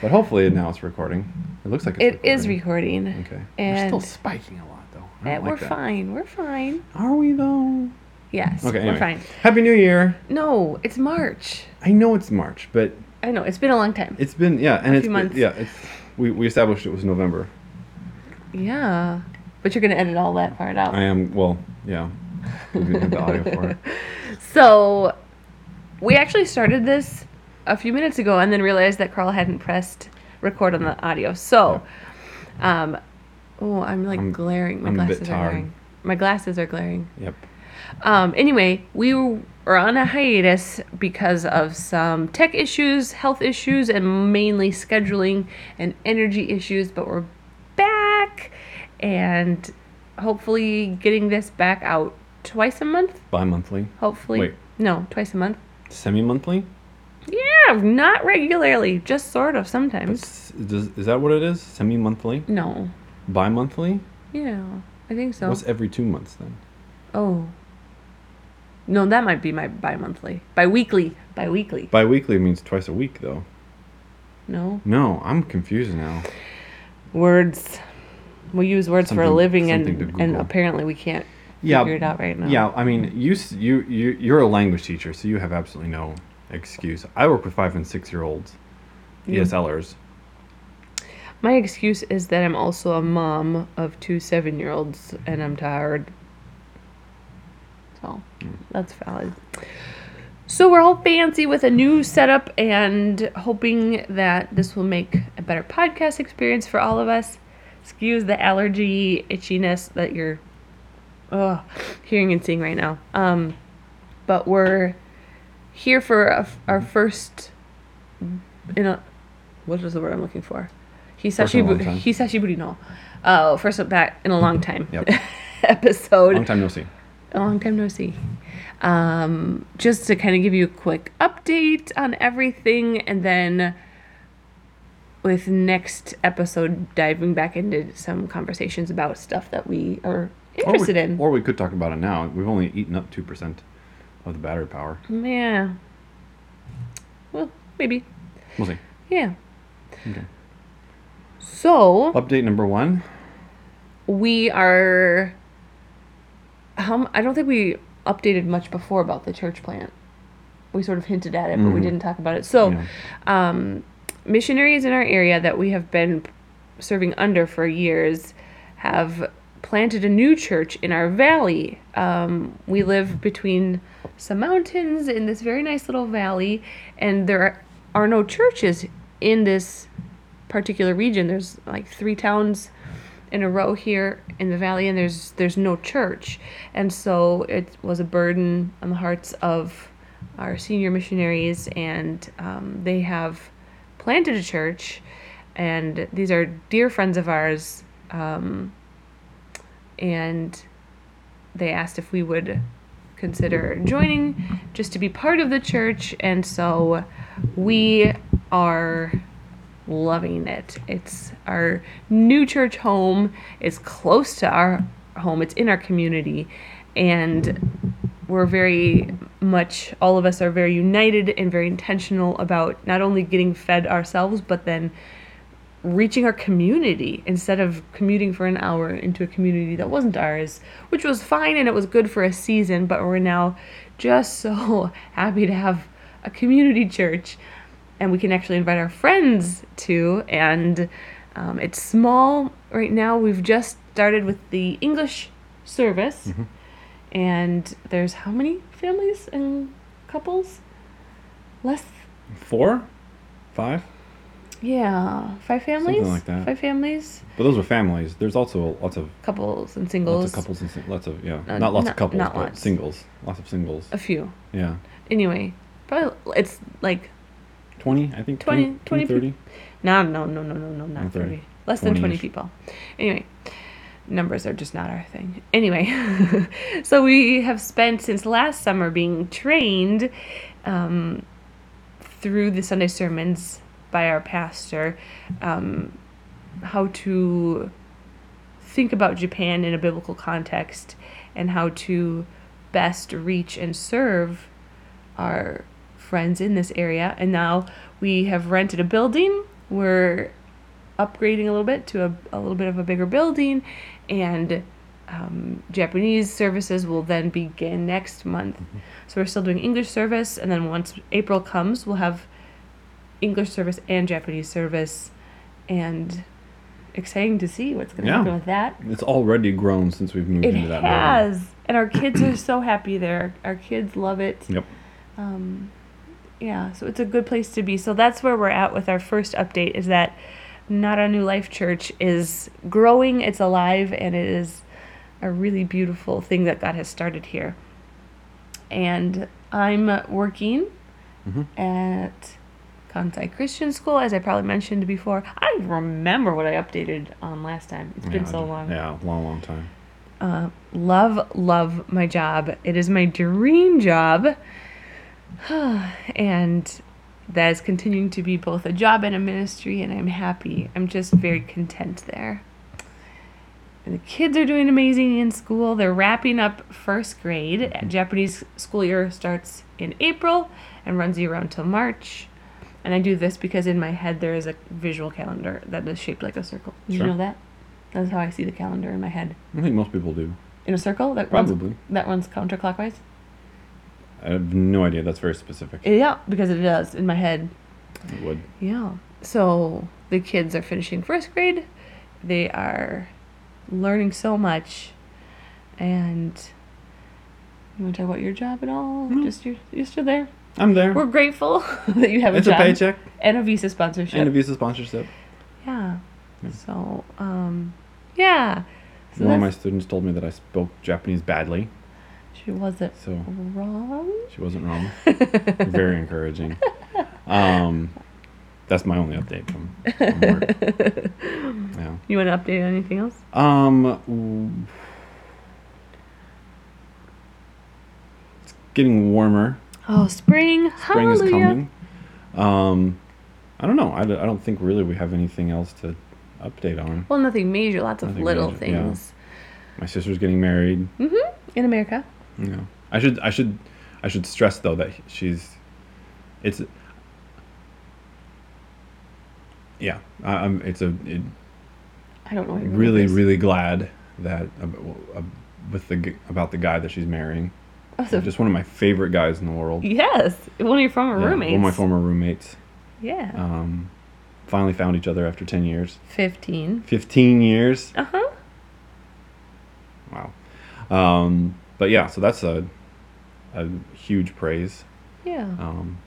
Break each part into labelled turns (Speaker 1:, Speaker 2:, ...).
Speaker 1: But hopefully now it's recording. It looks like it's
Speaker 2: It is recording.
Speaker 1: Okay.
Speaker 2: And
Speaker 1: we're still spiking a lot though. I
Speaker 2: eh,
Speaker 1: don't like
Speaker 2: we're
Speaker 1: that.
Speaker 2: fine. We're fine.
Speaker 1: Are we though?
Speaker 2: Yes.
Speaker 1: Okay.
Speaker 2: We're
Speaker 1: anyway.
Speaker 2: fine.
Speaker 1: Happy New Year.
Speaker 2: No, it's March.
Speaker 1: I know it's March, but
Speaker 2: I know. It's been a long time.
Speaker 1: it's been yeah, and it's
Speaker 2: few
Speaker 1: been-
Speaker 2: months.
Speaker 1: yeah, it's we, we established it was November.
Speaker 2: yeah. But you're going to edit all that part out.
Speaker 1: I am well, yeah. We didn't have the audio for it.
Speaker 2: So, we actually started this a few minutes ago and then realized that Carl hadn't pressed record on the audio. So, um, oh, I'm like
Speaker 1: I'm-
Speaker 2: glaring. My
Speaker 1: I'm a bit
Speaker 2: glasses are
Speaker 1: tired.
Speaker 2: glaring. My glasses are glaring.
Speaker 1: Yep.
Speaker 2: Um, anyway, we were on a hiatus because of some tech issues, health issues, and mainly scheduling and energy issues, but we're back and hopefully getting this back out twice a month.
Speaker 1: Bi monthly.
Speaker 2: Hopefully.
Speaker 1: Wait.
Speaker 2: No, twice a month.
Speaker 1: Semi monthly?
Speaker 2: Yeah, not regularly, just sort of sometimes.
Speaker 1: Is that what it is? Semi monthly?
Speaker 2: No.
Speaker 1: Bi monthly?
Speaker 2: Yeah, I think so.
Speaker 1: What's every two months then?
Speaker 2: oh. No, that might be my bi monthly. Bi weekly. Bi weekly.
Speaker 1: Bi weekly means twice a week though.
Speaker 2: No.
Speaker 1: No, I'm confused now.
Speaker 2: words. We use words for a
Speaker 1: Something-
Speaker 2: living,
Speaker 1: something
Speaker 2: and
Speaker 1: to
Speaker 2: and
Speaker 1: Google.
Speaker 2: apparently we can't
Speaker 1: Yeah,
Speaker 2: figure it out right now.
Speaker 1: Yeah, I mean, you s- you you you're a language teacher, so you have absolutely no excuse. I work with five and E six year olds, ESLers.
Speaker 2: My excuse is that I'm also a mom of two seven-year-olds, and I'm tired. So that's valid. So we're all fancy with a new setup, and hoping that this will make a better podcast experience for all of us. Excuse the allergy itchiness that you're ugh, hearing and seeing right now. Um, but we're here for a, our first. In a, what is the word I'm looking for?
Speaker 1: First in
Speaker 2: Hisashi
Speaker 1: a
Speaker 2: bu-
Speaker 1: long time.
Speaker 2: Hisashi Burino. Uh, first up back in a long time
Speaker 1: Yep.
Speaker 2: episode.
Speaker 1: Long time no see.
Speaker 2: A long time no see. Um, just to kind of give you a quick update on everything, and then with next episode, diving back into some conversations about stuff that we are interested
Speaker 1: or we,
Speaker 2: in.
Speaker 1: Or we could talk about it now. We've only eaten up two percent of the battery power.
Speaker 2: yeah. Well, maybe.
Speaker 1: We'll see.
Speaker 2: Yeah.
Speaker 1: Okay.
Speaker 2: So
Speaker 1: Update number one.
Speaker 2: we are. Um, I don't think we updated much before about the church plant. We sort of hinted at it, but we
Speaker 1: Mhm.
Speaker 2: didn't talk about it. So.
Speaker 1: you know,
Speaker 2: um, missionaries in our area that we have been serving under for years have planted a new church in our valley. Um, we live between some mountains in this very nice little valley, and there are, are no churches in this particular region. There's like three towns in a row here in the valley, and there's there's no church, and so it was a burden on the hearts of our senior missionaries, and um, they have planted a church, and these are dear friends of ours, um, and they asked if we would consider joining just to be part of the church and so we are loving it it's our new church home it's close to our home it's in our community and we're very much all of us are very united and very intentional about not only getting fed ourselves but then reaching our community instead of commuting for an hour into a community that wasn't ours, which was fine and it was good for a season, but we're now just so happy to have a community church and we can actually invite our friends to. And um, it's small right now. We've just started with the English service,
Speaker 1: Mm-hmm.
Speaker 2: and there's how many families and couples? Less
Speaker 1: Four, five.
Speaker 2: yeah, five families.
Speaker 1: like that.
Speaker 2: Five families,
Speaker 1: But those are families. There's also lots of
Speaker 2: couples and
Speaker 1: lots of
Speaker 2: singles.
Speaker 1: couples and sing- lots of yeah.
Speaker 2: No,
Speaker 1: not lots
Speaker 2: Uh, not-
Speaker 1: of couples,
Speaker 2: not
Speaker 1: but
Speaker 2: lots.
Speaker 1: singles. Lots of singles.
Speaker 2: A few.
Speaker 1: Yeah.
Speaker 2: Anyway, probably it's like
Speaker 1: Twenty, I think.
Speaker 2: 20 20
Speaker 1: 30.
Speaker 2: no, no, no, no, no, no, not
Speaker 1: Not
Speaker 2: 30.
Speaker 1: thirty.
Speaker 2: Less than 20
Speaker 1: 20-ish.
Speaker 2: people. Anyway, numbers are just not our thing. Anyway, so we have spent since last summer being trained um, through the Sunday sermons by our pastor um, how to think about Japan in a biblical context and how to best reach and serve our friends in this area. And now we have rented a building We're upgrading a little bit to a, a little bit of a bigger building, and um, Japanese services will then begin next month. So we're still doing English service, and then once April comes, we'll have English service and Japanese service, and exciting to see what's going to
Speaker 1: Yeah.
Speaker 2: happen with that.
Speaker 1: It's already grown since we've moved
Speaker 2: It
Speaker 1: into that building.
Speaker 2: has, and our kids are so happy there. Our kids love it.
Speaker 1: Yep.
Speaker 2: Um, yeah, so it's a good place to be. So that's where we're at with our first update. Is that not a new life church is growing? It's alive, and it is a really beautiful thing that God has started here. And I'm working
Speaker 1: Mhm.
Speaker 2: at Kansai Christian School, as I probably mentioned before. I don't even remember what I updated on last time. It's been
Speaker 1: Yeah,
Speaker 2: so long
Speaker 1: Yeah, long, long time.
Speaker 2: uh, love, love my job. It is my dream job. and that is continuing to be both a job and a ministry, and I'm happy. I'm just very content there. And the kids are doing amazing in school. They're wrapping up first grade. Japanese school year starts in April and runs you around till March. And I do this because in my head there is a visual calendar that is shaped like a circle. Did
Speaker 1: Sure.
Speaker 2: you know that? That's how I see the calendar in my head
Speaker 1: I think most people do.
Speaker 2: in a circle that runs
Speaker 1: Probably.
Speaker 2: that runs counterclockwise.
Speaker 1: I have no idea. That's very specific.
Speaker 2: Yeah, because it does in my head.
Speaker 1: It would.
Speaker 2: Yeah. So the kids are finishing first grade. They are learning so much, and you want to talk about your job at all?
Speaker 1: No.
Speaker 2: Just you're, you're still there.
Speaker 1: I'm there.
Speaker 2: We're grateful that you have a
Speaker 1: it's a
Speaker 2: job
Speaker 1: paycheck
Speaker 2: and a visa sponsorship.
Speaker 1: and a visa sponsorship.
Speaker 2: yeah.
Speaker 1: Yeah.
Speaker 2: So um, yeah. So
Speaker 1: One of my
Speaker 2: that's-
Speaker 1: students told me that I spoke Japanese badly,
Speaker 2: she wasn't
Speaker 1: so
Speaker 2: wrong.
Speaker 1: she wasn't wrong. very encouraging. Um, that's my only update from, from work. Yeah.
Speaker 2: You want to update anything else?
Speaker 1: Um, w- it's getting warmer.
Speaker 2: Oh, spring!
Speaker 1: Spring
Speaker 2: Hallelujah!
Speaker 1: is coming. Um, I don't know. I, d- I don't think really we have anything else to update on.
Speaker 2: Well, nothing major. Lots of
Speaker 1: Nothing
Speaker 2: little
Speaker 1: major, yeah.
Speaker 2: things
Speaker 1: My sister's getting married.
Speaker 2: Mm-hmm. in America.
Speaker 1: Yeah. I should I should I should stress though that she's it's yeah I, I'm it's a it,
Speaker 2: I don't know. What your
Speaker 1: really
Speaker 2: word is.
Speaker 1: really glad that ab- ab- with the g- about the guy that she's marrying
Speaker 2: Oh, so-
Speaker 1: just one of my favorite guys in the world
Speaker 2: yes, one of your former
Speaker 1: Yeah,
Speaker 2: roommates.
Speaker 1: one of my former roommates
Speaker 2: Yeah.
Speaker 1: um, finally found each other after 10 years
Speaker 2: Fifteen.
Speaker 1: 15 years
Speaker 2: Uh huh.
Speaker 1: wow um, but yeah so that's a a huge praise
Speaker 2: Yeah.
Speaker 1: um,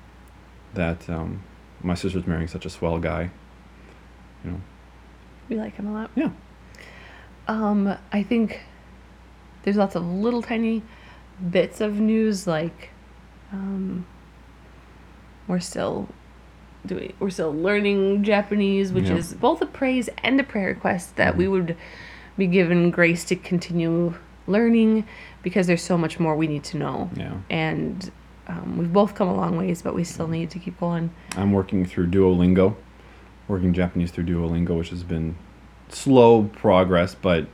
Speaker 1: that um, my sister's marrying such a swell guy. You know,
Speaker 2: we like him a lot.
Speaker 1: yeah,
Speaker 2: Um, I think there's lots of little tiny bits of news like um, we're still doing we're still learning Japanese, which
Speaker 1: Yeah. Mm-hmm.
Speaker 2: is both a praise and a prayer request that we would be given grace to continue learning because there's so much more we need to know.
Speaker 1: yeah.
Speaker 2: And um, we've both come a long ways, but we still need to keep going.
Speaker 1: I'm working through Duolingo, working Japanese through Duolingo, which has been slow progress, but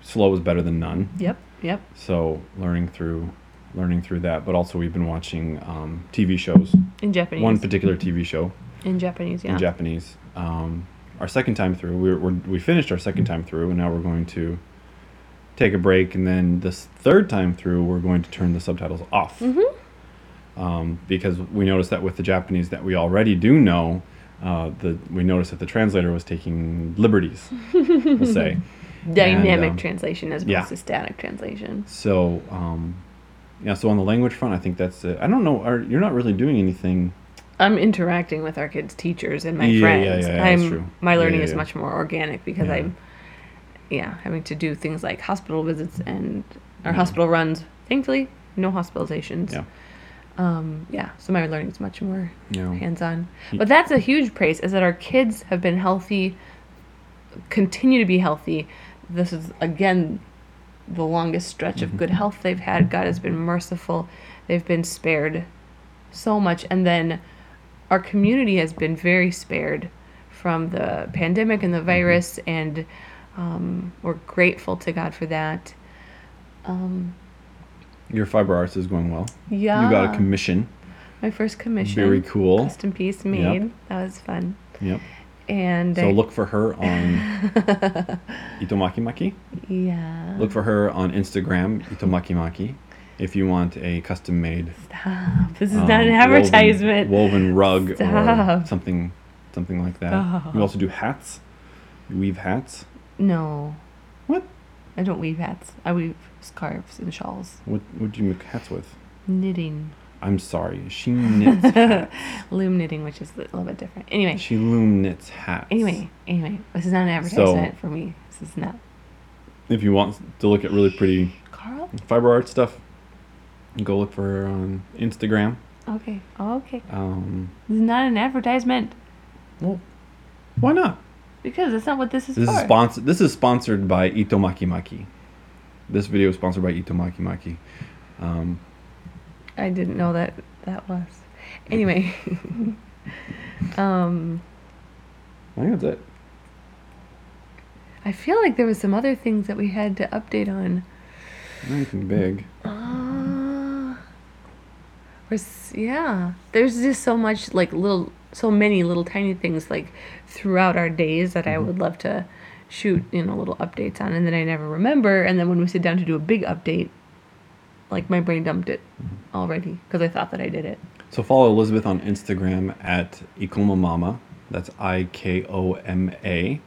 Speaker 1: slow is better than none.
Speaker 2: Yep. Yep.
Speaker 1: So learning through, learning through that. But also, we've been watching um, TV shows.
Speaker 2: In Japanese.
Speaker 1: One particular TV show
Speaker 2: in Japanese, yeah.
Speaker 1: in Japanese. Um, our second time through, we we're, we finished our second time through, and now we're going to take a break, and then this third time through, we're going to turn the subtitles off. Um, because we noticed that with the Japanese that we already do know, uh, the we noticed that the translator was taking liberties. we'll say And,
Speaker 2: Dynamic
Speaker 1: um,
Speaker 2: translation as
Speaker 1: yeah.
Speaker 2: opposed to static translation.
Speaker 1: so. Um, yeah, so on the language front, I think that's it. I don't know. Are, you're not really doing anything.
Speaker 2: I'm interacting with our kids' teachers and my
Speaker 1: Yeah, yeah,
Speaker 2: friends.
Speaker 1: yeah, yeah,
Speaker 2: I'm
Speaker 1: that's true.
Speaker 2: my
Speaker 1: Yeah,
Speaker 2: learning
Speaker 1: yeah,
Speaker 2: is
Speaker 1: yeah.
Speaker 2: much more organic because
Speaker 1: Yeah.
Speaker 2: I'm yeah, having to do things like hospital visits and or
Speaker 1: Yeah.
Speaker 2: hospital runs. Thankfully, no hospitalizations.
Speaker 1: Yeah.
Speaker 2: Um, yeah, so my learning is much more
Speaker 1: You know,
Speaker 2: hands on.
Speaker 1: Ye-
Speaker 2: But that's a huge praise is that our kids have been healthy, continue to be healthy. This is again the longest stretch
Speaker 1: Mm-hmm.
Speaker 2: of good health they've had. God has been merciful. They've been spared so much and then our community has been very spared from the pandemic and the
Speaker 1: Mm-hmm.
Speaker 2: virus and um, we're grateful to God for that. Um,
Speaker 1: your fiber arts is going well.
Speaker 2: yeah.
Speaker 1: You got a commission.
Speaker 2: my first commission.
Speaker 1: Very cool.
Speaker 2: Rest in peace made. That was fun.
Speaker 1: Yep.
Speaker 2: And
Speaker 1: So
Speaker 2: I-
Speaker 1: look for her on Itomaki
Speaker 2: yeah.
Speaker 1: Look for her on Instagram, Itomaki if you want a custom made
Speaker 2: Stop. This is
Speaker 1: um,
Speaker 2: not an
Speaker 1: woven-
Speaker 2: advertisement.
Speaker 1: woven, rug or
Speaker 2: Stop. Oh.
Speaker 1: something something like that.
Speaker 2: Stop.
Speaker 1: You also do hats. You weave hats.
Speaker 2: No,
Speaker 1: What?
Speaker 2: I don't weave hats. I weave scarves and shawls.
Speaker 1: What what do you make hats with?
Speaker 2: Knitting,
Speaker 1: I'm sorry. She knits hats.
Speaker 2: loom knitting, which is a little bit different. Anyway,
Speaker 1: She loom knits hats.
Speaker 2: anyway, anyway. This is not an advertisement for me. This is not.
Speaker 1: If you want to look at really pretty
Speaker 2: Carl.
Speaker 1: fiber art stuff, go look for her on Instagram.
Speaker 2: Okay. Okay.
Speaker 1: Um,
Speaker 2: This is not an advertisement
Speaker 1: well, why not?
Speaker 2: because that's not what this is
Speaker 1: This
Speaker 2: for.
Speaker 1: is sponsored. This is sponsored by Itomaki Maki. This video is sponsored by Itomaki Maki. Um,
Speaker 2: I didn't know that that was. Anyway. um.
Speaker 1: I think that's it.
Speaker 2: I feel like there was some other things that we had to update on.
Speaker 1: Not Anything big.
Speaker 2: Uh, we're s- yeah. There's just so much like little, so many little tiny things like throughout our days that
Speaker 1: Mm-hmm.
Speaker 2: I would love to shoot you know little updates on, and then I never remember. And then when we sit down to do a big update, like my brain dumped it already because I thought that I did it.
Speaker 1: So follow Elizabeth on Instagram at Ikoma Mama. That's I K O M A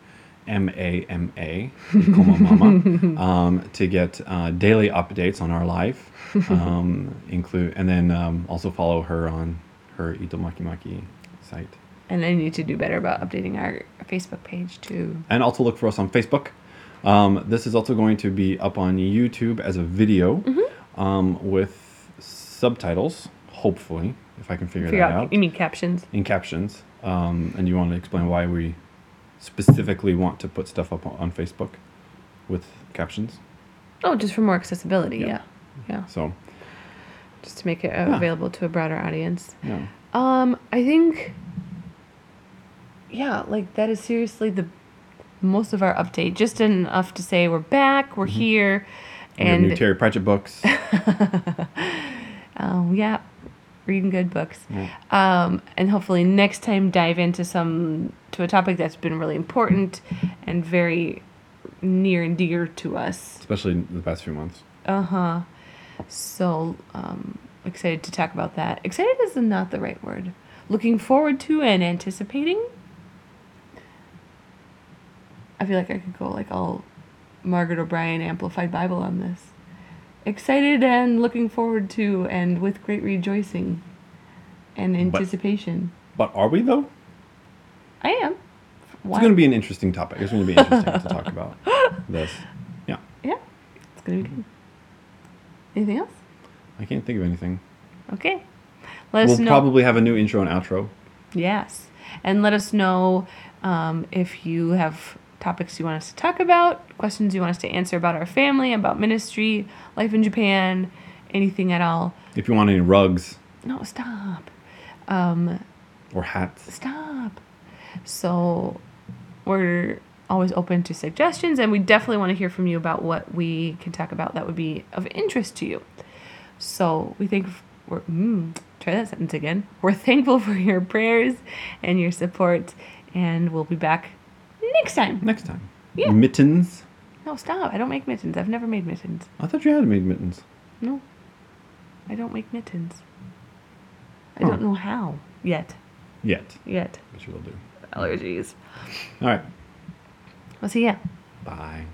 Speaker 1: M A M A Ikoma Mama um, to get uh, daily updates on our life. Um, include and then um, also follow her on her Itomaki Maki site.
Speaker 2: And I need to do better about updating our Facebook page too.
Speaker 1: and also look for us on Facebook. Um, this is also going to be up on YouTube as a video
Speaker 2: Mm-hmm.
Speaker 1: um, with subtitles, hopefully, if I can figure,
Speaker 2: Figure
Speaker 1: that
Speaker 2: out,
Speaker 1: out,
Speaker 2: you mean captions?
Speaker 1: in captions. Um, and you want to explain why we specifically want to put stuff up on- on Facebook with captions.
Speaker 2: Oh, just for more accessibility.
Speaker 1: Yeah.
Speaker 2: Yeah, yeah.
Speaker 1: So,
Speaker 2: Just to make it uh,
Speaker 1: Yeah.
Speaker 2: available to a broader audience.
Speaker 1: yeah.
Speaker 2: Um, I think, yeah, like that is seriously the most of our update. Just enough to say we're back, we're here,
Speaker 1: Mm-hmm. We have new
Speaker 2: and
Speaker 1: Terry Pratchett books.
Speaker 2: um, yeah, reading good books.
Speaker 1: Yeah.
Speaker 2: Um, and hopefully next time dive into some to a topic that's been really important and very near and dear to us.
Speaker 1: Especially in the past few months.
Speaker 2: Uh huh. So um, excited to talk about that. Excited is not the right word. Looking forward to and anticipating. I feel like I could go like all Margaret O'Brien Amplified Bible on this. Excited and looking forward to and with great rejoicing and
Speaker 1: But-
Speaker 2: anticipation.
Speaker 1: But are we though?
Speaker 2: I am. Why?
Speaker 1: It's going to be an interesting topic. It's going to be interesting to talk about this. Yeah.
Speaker 2: yeah, it's going to be good. Anything else?
Speaker 1: I can't think of anything.
Speaker 2: Okay. Let us
Speaker 1: we'll
Speaker 2: know.
Speaker 1: probably have a new intro and outro.
Speaker 2: Yes. And let us know um, if you have topics you want us to talk about, questions you want us to answer about our family, about ministry, life in Japan, anything at all.
Speaker 1: If you want any rugs
Speaker 2: No, stop. Um,
Speaker 1: or hats,
Speaker 2: stop. So we're always open to suggestions, and we definitely want to hear from you about what we can talk about that would be of interest to you. So we think we're mm, try that sentence again. We're thankful for your prayers and your support, and we'll be back next time.
Speaker 1: next time.
Speaker 2: Yeah.
Speaker 1: Mittens.
Speaker 2: No, stop! I don't make mittens. I've never made mittens.
Speaker 1: I thought you had made mittens.
Speaker 2: No, I don't make mittens. I
Speaker 1: Oh.
Speaker 2: don't know how yet.
Speaker 1: Yet.
Speaker 2: Yet
Speaker 1: But you will do.
Speaker 2: allergies.
Speaker 1: All right.
Speaker 2: Well, see ya.
Speaker 1: Bye.